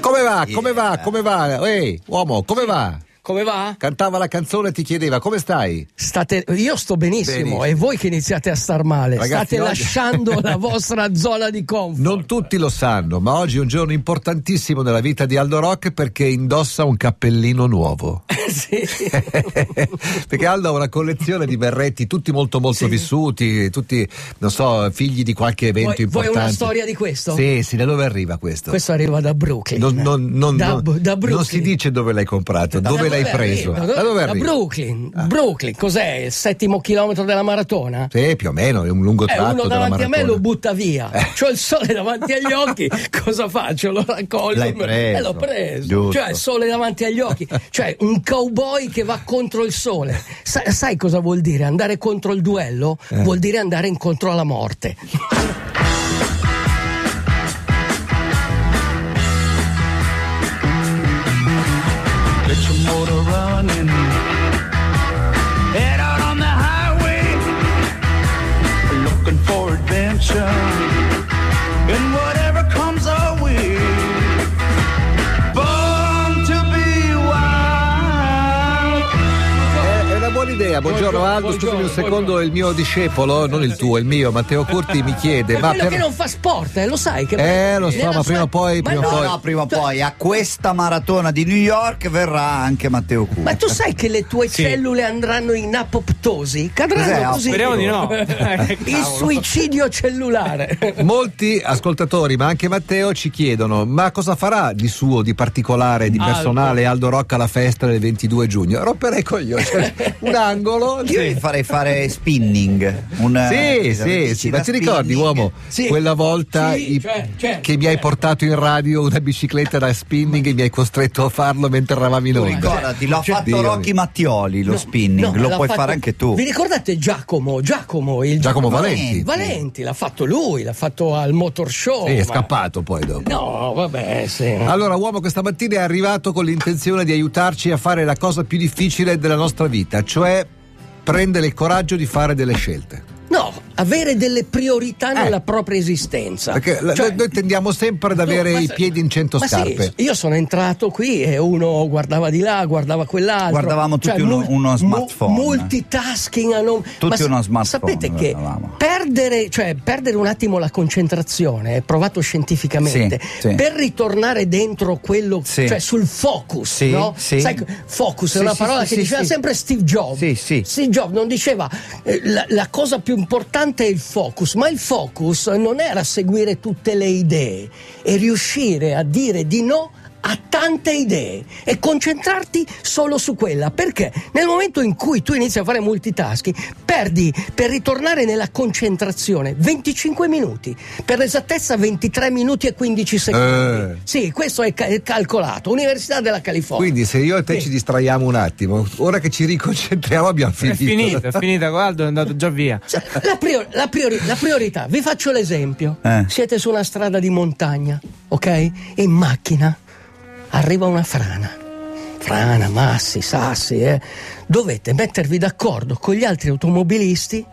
come va, come va, come va. Come va? Come va? Come va? Ehi, uomo, come va? Come va? Cantava la canzone e ti chiedeva come stai? State, io sto benissimo, Benissimo. e voi che iniziate a star male, Ragazzi, state oggi- lasciando la vostra zona di comfort. Non tutti lo sanno, ma oggi è un giorno importantissimo nella vita di Aldo Rock perché indossa un cappellino nuovo. Sì. Certo. perché Aldo ha una collezione di berretti, tutti molto molto Sì. vissuti, tutti, non so, figli di qualche evento Vuoi- vuoi importante. una storia di questo? Sì, sì, da dove arriva questo? Questo arriva da Brooklyn. Non, non- non- da, non- da non Brooklyn. si dice dove l'hai comprato, Da dove l'hai preso. arriva? Da, da arriva? Brooklyn. Brooklyn, cos'è? Il settimo chilometro della maratona? Sì, più o meno, è un lungo Eh, tratto uno della davanti a me maratona. lo butta via. Eh. C'ho il sole davanti agli occhi, cosa faccio? Lo raccolgo L'hai e me- preso. eh, l'ho preso. Giusto. Cioè, il sole davanti agli occhi, cioè un cowboy che va contro il sole. Sa- sai cosa vuol dire? Andare contro il duello Eh. vuol dire andare incontro alla morte. Get your motor running. Head out on the highway. Looking for adventure. And whatever comes our way. Born to be wild. Eh, È una buona idea, buongiorno, Buongiorno, Aldo, scusami un buongiorno, secondo, il mio discepolo, non il tuo, il mio, Matteo Curti mi chiede, Per ma quello che per... non fa sport, eh, lo sai che Eh, lo so, nella ma prima o poi- Ma prima o no, poi- no, cioè, No, prima Cioè o poi a questa maratona di New York verrà anche Matteo Curti. Ma tu sai che le tue cellule andranno in apoptosi? Cadranno Cos'è, così. Speriamo di no. Eh, Il suicidio cellulare. Molti ascoltatori, ma anche Matteo, ci chiedono, ma cosa farà di suo, di particolare, di Aldo. personale Aldo Rocca alla festa del 22 giugno? Romperei i coglioni, cioè, un angolo... Io gli farei fare spinning. Un, Sì, eh, sì, sì, da ma ti spinning. ricordi uomo Sì. quella volta Sì, i- cioè, certo, che mi hai certo. portato in radio una bicicletta da spinning e mi hai costretto a farlo mentre eravamo in onda? Ricordati, l'ha Cioè, fatto Dio Rocky mio. Mattioli lo No, spinning, no, lo l'ha puoi fatto- fare anche tu. Vi ricordate Giacomo? Giacomo, il Giacomo Valenti. Valenti. Valenti, l'ha fatto lui, l'ha fatto al motor show. Sì, Eh, è ma- scappato poi dopo. No, vabbè, sì. Allora, uomo, questa mattina è arrivato con l'intenzione di aiutarci a fare la cosa più difficile della nostra vita, cioè prendere il coraggio di fare delle scelte. No, avere delle priorità Eh. nella propria esistenza. Perché la- Cioè- noi- noi tendiamo sempre ad No, avere ma i se- piedi in cento ma sì, scarpe. io sono entrato qui e uno guardava di là, guardava quell'altro. Cioè, Guardavamo tutti uno- uno mu- smartphone. multitasking a non. Tutti ma sa- uno smartphone Sapete che guardavamo. perdere, cioè, perdere un attimo la concentrazione è provato scientificamente. Sì, sì. Per ritornare dentro quello, Sì. cioè sul focus, Sì, no? sì. Sai, focus Sì, è una sì, parola sì, che sì, diceva sì. sempre Steve Jobs. Sì, sì. Steve Jobs non diceva eh, la, la cosa più importante è il focus, ma il focus non era seguire tutte le idee, è riuscire a dire di no a tante idee e concentrarti solo su quella perché nel momento in cui tu inizi a fare multitasking perdi per ritornare nella concentrazione 25 minuti per l'esattezza 23 minuti e 15 secondi Eh. sì questo è ca- è calcolato Università della California Quindi se io e te Sì. ci distraiamo un attimo, ora che ci riconcentriamo abbiamo È finito. finita, è finita, Aldo è andato già via. Cioè, La, prior- la priori- la priorità, vi faccio l'esempio. Eh. Siete su una strada di montagna, ok? In macchina arriva una frana. Frana, massi, sassi, eh. Dovete mettervi d'accordo con gli altri automobilisti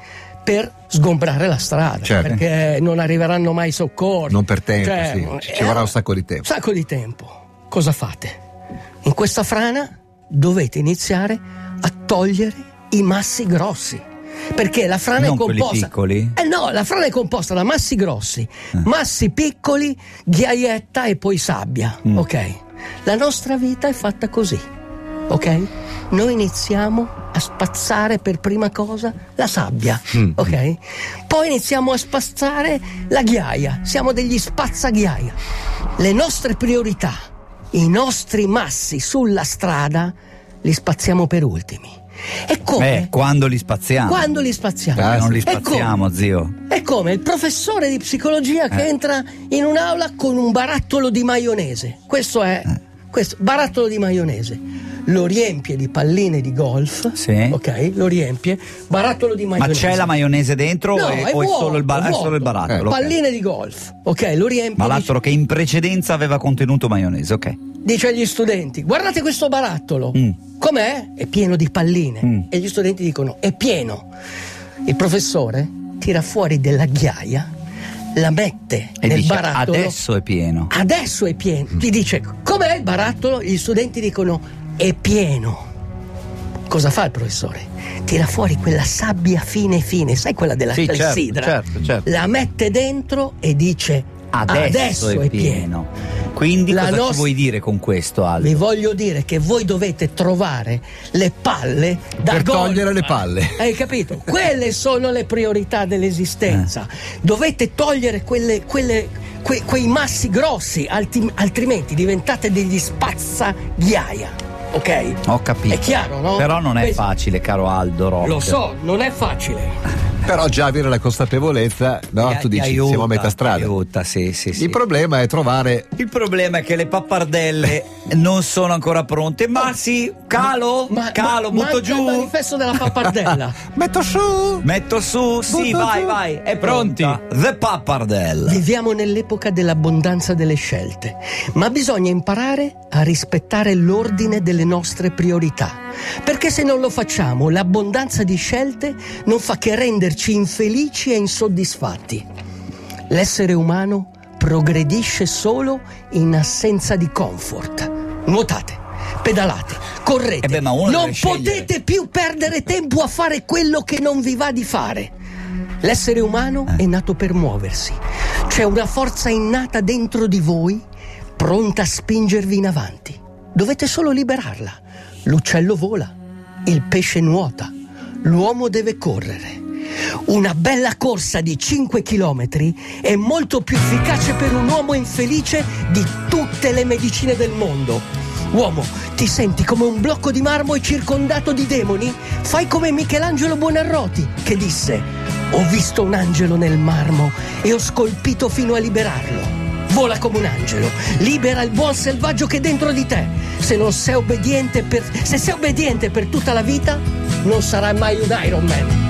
per sgombrare la strada. Certo. Perché non arriveranno mai i soccorsi. Non per tempo, Cioè, sì. Ci- Ci eh, vorrà un sacco di tempo. sacco di tempo. Cosa fate? In questa frana dovete iniziare a togliere i massi grossi. Perché la frana Non è quelli composta. piccoli? Eh no, la frana è composta da massi grossi, Eh. massi piccoli, ghiaietta e poi sabbia. Mm. Ok? La nostra vita è fatta così. Ok? Noi iniziamo a spazzare per prima cosa la sabbia, Mm, ok? Poi iniziamo a spazzare la ghiaia, siamo degli spazzaghiaia. Le nostre priorità, i nostri massi sulla strada li spazziamo per ultimi. E come? Eh, quando li spaziamo? Quando li spaziamo? Perché Ah, non li E come? spaziamo, zio. È come il professore di psicologia Eh. che entra in un'aula con un barattolo di maionese. Questo è Eh. questo barattolo di maionese. Lo riempie di palline di golf, Sì. ok? Lo riempie, barattolo di Ma maionese. c'è la maionese dentro No, e- è o è vuoto, solo il, ba- è è solo il vuoto. Eh. barattolo? ok. Palline di golf, ok? Lo riempie. Ma dice- l'altro che in precedenza aveva contenuto maionese, ok. dice agli studenti: Guardate questo barattolo, Mm. com'è? È pieno di palline. Mm. E gli studenti dicono: È pieno. Il professore tira fuori della ghiaia la mette E nel dice, barattolo. Ah, adesso è pieno. Adesso è pieno. Ti dice com'è il barattolo? Gli studenti dicono è pieno. Cosa fa il professore? Tira fuori quella sabbia fine fine, sai quella della Sì, certo, clessidra? certo, certo. La mette dentro e dice Adesso, è, pieno. Quindi La cosa nos- ci vuoi dire con questo, Aldo? Vi voglio dire che voi dovete trovare le palle da Per gol. Eh. togliere le palle. Hai capito? Quelle sono le priorità dell'esistenza. Dovete togliere quelle- quelle- que- quei massi grossi, alti- altrimenti diventate degli spazzaghiaia. Ok? Ho capito. È chiaro, no? Però non è Questo- facile, caro Aldo Rock. Lo so, non è facile. Però già avere la consapevolezza, no, Ti- Ah, tu ti dici aiuta, siamo a metà ti strada. aiuta, sì, sì, sì. Il problema è trovare Il problema è che le pappardelle non sono ancora pronte, ma sì, calo, Ah. Ma- calo, butto ma- manca Il giù, manifesto della pappardella. Metto su! metto su, sì, Butto vai, giù. vai, è pronta. The pappardelle. Viviamo nell'epoca dell'abbondanza delle scelte, ma bisogna imparare a rispettare l'ordine delle nostre priorità, perché se non lo facciamo l'abbondanza di scelte non fa che renderci infelici e insoddisfatti. L'essere umano progredisce solo in assenza di comfort. Nuotate, pedalate, correte, Eh beh, ma uno non deve scegliere. potete più perdere tempo a fare quello che non vi va di fare. L'essere umano è nato per muoversi. C'è una forza innata dentro di voi pronta a spingervi in avanti. Dovete solo liberarla. L'uccello vola, il pesce nuota, l'uomo deve correre. Una bella corsa di 5 km è molto più efficace per un uomo infelice di tutte le medicine del mondo. Uomo, ti senti come un blocco di marmo e circondato di demoni? Fai come Michelangelo Buonarroti, che disse: Ho visto un angelo nel marmo e ho scolpito fino a liberarlo. Vola come un angelo, libera il buon selvaggio che è dentro di te. Se non sei obbediente per, se sei obbediente per tutta la vita, non sarai mai un Iron Man.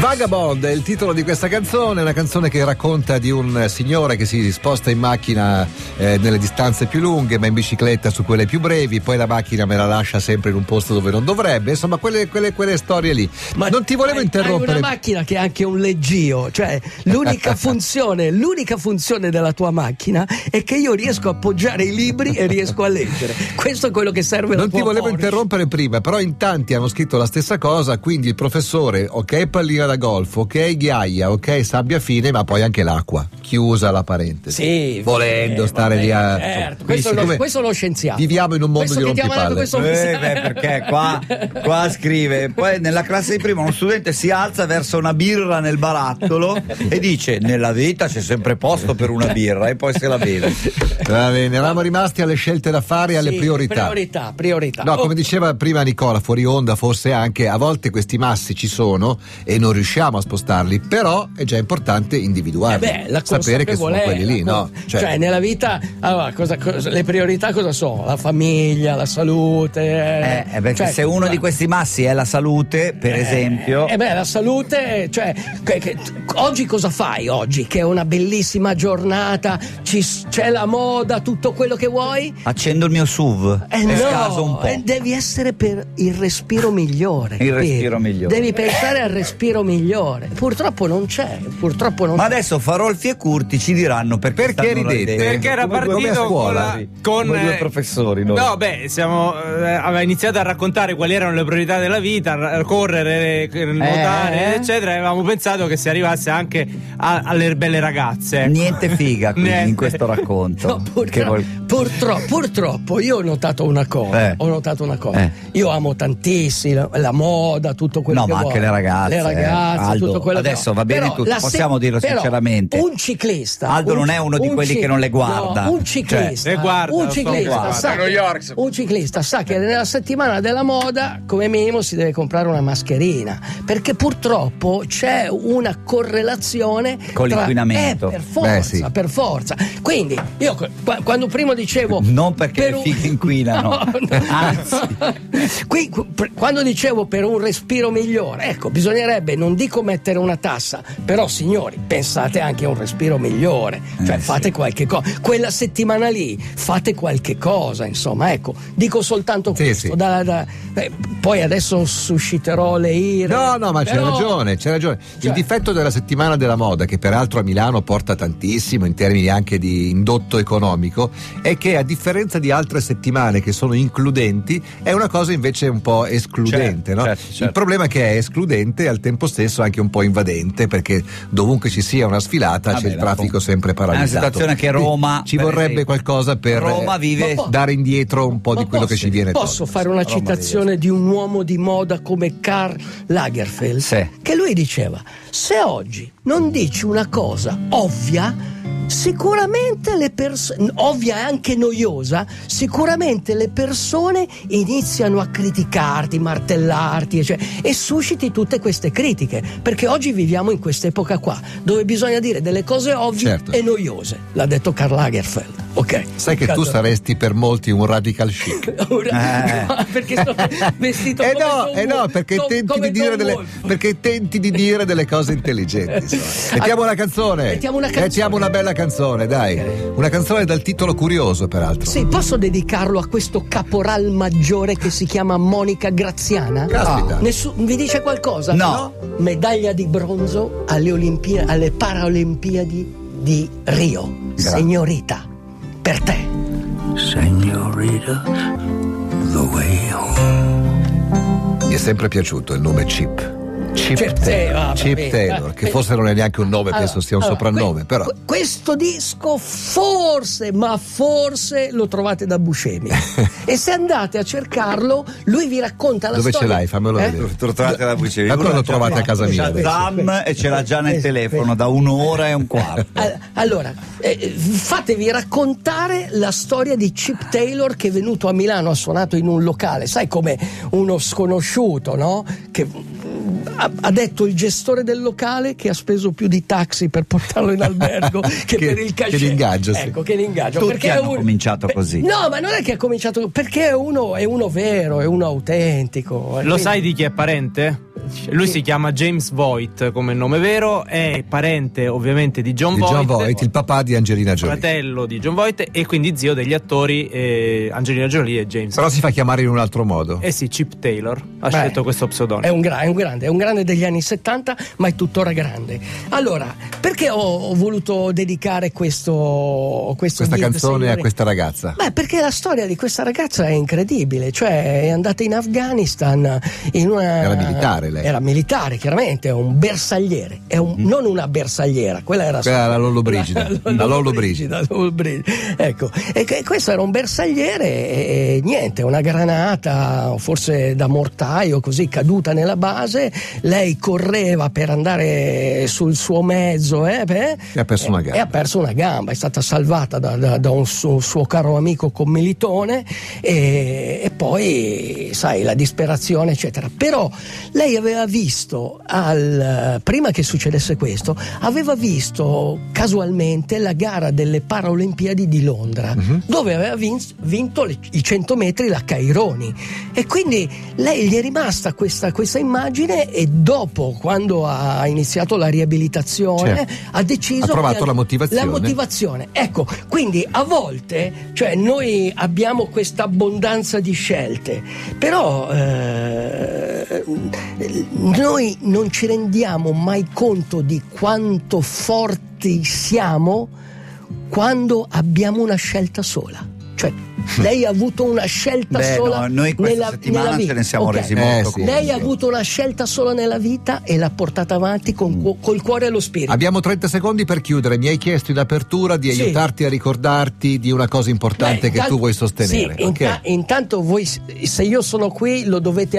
Vagabond è il titolo di questa canzone, una canzone che racconta di un eh, signore che si sposta in macchina eh, nelle distanze più lunghe, ma in bicicletta su quelle più brevi, poi la macchina me la lascia sempre in un posto dove non dovrebbe, insomma quelle, quelle- quelle storie lì. non ti volevo Hai- Hai interrompere. una macchina che è anche un leggio, cioè l'unica funzione, l'unica funzione della tua macchina è che io riesco a appoggiare i libri e riesco a leggere. Questo è quello che serve alla Non ti tua volevo Porsche. interrompere prima, però in tanti hanno scritto la stessa cosa, quindi il professore, ok pallina da golf, ok ghiaia, ok sabbia fine, ma poi anche l'acqua, chiusa la parentesi. Sì, Volendo eh, stare vabbè, lì a... Quindi certo, questo, è lo, siccome questo è lo scienziato. Viviamo in un mondo Questo di che ti ha mandato rompipalle. questo Eh, ufficiale. beh, perché qua, qua scrive, poi nella classe di prima uno studente si alza verso una birra nel barattolo e dice nella vita c'è sempre posto per una birra e poi se la beve. Va bene, eravamo rimasti alle scelte da fare e alle Sì, priorità. Priorità, priorità. No, Oh, come diceva prima Nicola, fuori onda forse anche, a volte questi massi ci sono e non riusciamo a spostarli, però è già importante Ah, eh individuarli, beh, la sapere che sono quelli consapevolezza, lì, la no? con- Cioè, nella vita allora, cosa- cosa- le priorità cosa sono? La famiglia, la salute. Eh, eh, perché cioè, se uno di questi massi è la salute, per esempio, Eh beh, la salute, cioè, che- che- oggi cosa fai oggi? Che è una bellissima giornata, ci s- c'è la moda, tutto quello che vuoi. accendo il mio SUV Eh e scaso un no, po'. eh, devi essere per il respiro migliore. Il capito? respiro migliore. Devi pensare al respiro migliore. Purtroppo non c'è, purtroppo non Ma c'è. adesso Farolfi e Curti ci diranno perché, Perché stanno là ridete? dentro. Perché Perché era Eh, Come due- come a partito con, scuola, la- con, come due eh, professori, noi. No, beh, siamo, eh, aveva iniziato a raccontare quali erano le priorità della vita, r- correre, eh, nuotare, eccetera. e Avevamo pensato che si arrivasse anche a- alle belle ragazze. ecco. Niente figa quindi, Niente. in questo racconto. No, Che purtro- vol- purtro- purtroppo io ho notato una cosa. Eh. Ho notato una cosa. Eh. Io amo tantissimo la, la moda, tutto quello No, che ma vuoi. anche le ragazze, Le ragazze, eh. Aldo, tutto quello che adesso vuoi. va bene Però tutto, la se- possiamo dirlo però sinceramente. Un ciclista. Aldo non è uno di un quelli cic- che non le guarda. no, un Cioè, ciclista. le guarda, un lo so, ciclista guarda. sa che- un ciclista sa che nella settimana della moda, come minimo, si deve comprare una mascherina. Perché purtroppo c'è una correlazione Con tra- l'inquinamento. Eh, per forza, Beh, sì. per forza. Quindi io qu- quando prima dicevo Non perché per le fighe inquinano. Anzi. Qui, qu- per- quando dicevo per un respiro migliore, ecco, bisognerebbe non dico mettere una tassa, però signori, pensate anche a un respiro migliore, Eh, cioè fate qualche cosa. Quella settimana lì fate qualche cosa, insomma, ecco, dico soltanto Sì, questo. sì. da- da- eh, poi adesso susciterò le ire. No, no, ma c'è però- ragione, c'è ragione. Cioè- Il difetto della settimana della moda, che peraltro a Milano porta tantissimo in termini anche di indotto economico, è che a differenza di altre settimane che sono includenti, è una cosa invece un po' escludente. Certo, no? certo, certo. Il problema è che è escludente e al tempo stesso anche un po' invadente, perché dovunque ci sia una sfilata Vabbè, c'è il Ah la- traffico sempre paralizzato. È una situazione che Roma, Ci per vorrebbe esempio, qualcosa per Roma eh, vive- Ma po- dare indietro un po' Ma di quello che posso- ci viene Posso tolto. fare una Roma citazione di un uomo di moda come Karl Lagerfeld? Sì. Che lui diceva: Se oggi non dici una cosa ovvia, sicuramente le persone, ovvia e anche noiosa, sicuramente le persone iniziano a criticarti, martellarti cioè, e susciti tutte queste critiche. Perché oggi viviamo in quest'epoca qua, dove bisogna dire delle cose ovvie Certo. e noiose. L'ha detto Karl Lagerfeld. Ok. Sai che tu Allora- saresti per molti un radical chic. Ora- Eh. no, perché sto vestito eh come no, Tom eh no, Wolfe, perché, Tom- tenti come di dire Tom delle, Wolfe. perché tenti di dire delle cose intelligenti. insomma. Mettiamo una canzone. Eh Eh, Mettiamo una canzone. Mettiamo una bella canzone, dai. Una canzone dal titolo curioso, peraltro. Sì, posso dedicarlo a questo caporal maggiore che si chiama Monica Graziana? Caspita. Nessu- vi dice qualcosa? No. Medaglia di bronzo alle, Olimpi- alle Paralimpiadi di Rio. Signorita, per te. Senorita, the way home. Mi è sempre piaciuto il nome Chip. Chip, Chip Taylor, Taylor, vabbè. Chip Taylor, che forse non è neanche un nome, penso sia un Eh. Allora, soprannome, que- però. que- questo disco forse, ma forse lo trovate da Buscemi. e se andate a cercarlo, lui vi racconta la Dove ce storia. l'hai? Fammelo Eh? vedere. Lo trovate alla bucceria. Ma quello lo trovate a casa mia, adesso. Zam e ce l'ha già nel Questo, telefono da un'ora e un quarto. Al- Allora, eh, fatevi raccontare la storia di Chip Taylor che è venuto a Milano, ha suonato in un locale, sai come uno sconosciuto, no? Che mm, ha, ha detto il gestore del locale che ha speso più di taxi per portarlo in albergo che, Che- per il che cachet. l'ingaggio, sì. Ecco, che l'ingaggio. Tutti perché è hanno un- cominciato Beh, così. No, ma non è che ha cominciato perché è uno, è uno vero, è uno autentico. eh, Lo quindi- sai di chi è parente? Lui si chiama James Voight come nome vero, è parente ovviamente di John Di Voight. John Voight, il papà di Angelina Jolie. fratello di John Voight e quindi zio degli attori eh, Angelina Jolie e James. Però si fa chiamare in un altro modo. Eh sì, Chip Taylor ha Beh, scelto questo È pseudonimo. un, gra- è un grande, è un grande degli anni 70, ma è tuttora grande. Allora, perché ho, ho voluto dedicare questo, questo Questa video, canzone a signori? questa ragazza. Beh, perché la storia di questa ragazza è incredibile, cioè è andata in Afghanistan in una... Era militare, lei. Mm. Era militare, chiaramente, è un bersagliere, è un- non una bersagliera, quella era... Quella era la Lollobrigida. La Lollobrigida. La Lollobrigida, Ecco, e che- questo era un bersagliere e, e niente, una granata, forse da mortaio, così caduta nella base, lei correva per andare sul suo mezzo eh, beh, E ha perso una gamba. e ha perso una gamba, è stata salvata da, da- da un suo, suo caro amico commilitone e, e poi, sai, la disperazione, eccetera. Però lei aveva visto, al- prima che succedesse questo, aveva visto casualmente la gara delle Paralimpiadi di Londra, dove aveva vin- vinto le- i 100 metri la Caironi. E quindi lei gli è rimasta questa, questa immagine e dopo, quando ha iniziato la riabilitazione, Certo. ha deciso... Ha provato che- la motivazione. La motivazione. Ecco, quindi a volte cioè, noi abbiamo questa abbondanza di scelte, però eh, noi non ci rendiamo mai conto di quanto forti siamo quando abbiamo una scelta sola. Cioè, Hm. lei ha avuto una scelta Beh, sola. no, noi questa nella, settimana nella vita. ce ne siamo Ok. resi Eh, molto sì. conto. Lei ha avuto una scelta sola nella vita e l'ha portata avanti Hm. con cu- col cuore e lo spirito. Abbiamo 30 secondi per chiudere. Mi hai chiesto in apertura di Sì. aiutarti a ricordarti di una cosa importante Beh, che intanto- tu vuoi sostenere. Sì, Ok. inta- intanto voi, s- se io sono qui, lo dovete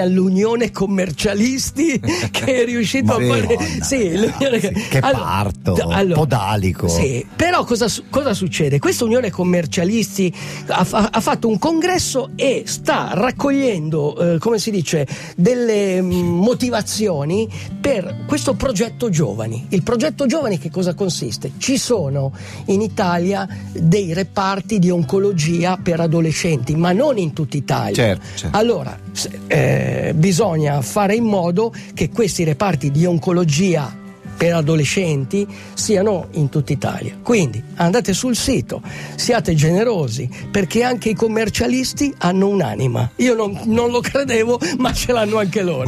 all'Unione Commercialisti che è riuscito a fare. Madonna, sì, l'Unione- che parto, d- podalico. Eh, Sì, però cosa, su- cosa succede? Questa Unione Commercialisti ha, fa- ha ha fatto un congresso e sta raccogliendo, eh, come si dice, delle mm, motivazioni per questo progetto giovani. Il progetto giovani che cosa consiste? Ci sono in Italia dei reparti di oncologia per adolescenti, ma non in tutta Italia. Certo, certo. Allora, s- eh, bisogna fare in modo che questi reparti di oncologia per adolescenti siano in tutta Italia. Quindi andate sul sito, siate generosi, perché anche i commercialisti hanno un'anima. Io non, non lo credevo, ma ce l'hanno anche loro.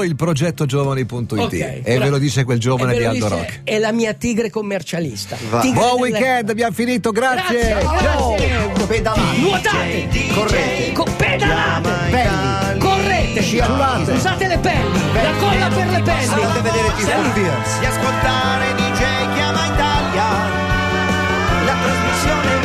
www.ilprogettogiovani.it Ok, e bra- ve lo dice quel giovane e ve di Aldo lo dice- Rock. È la mia tigre commercialista. Tigre Buon della- weekend, abbiamo finito, grazie. Grazie, Ciao. grazie. Nuotate, correte, co- pedalate, pelli, correte, Scivolate. usate le pelli, la colla per le pelli. Andate a vedere Sì. Tifosi Beers. di ascoltare DJ Chiama Italia, la trasmissione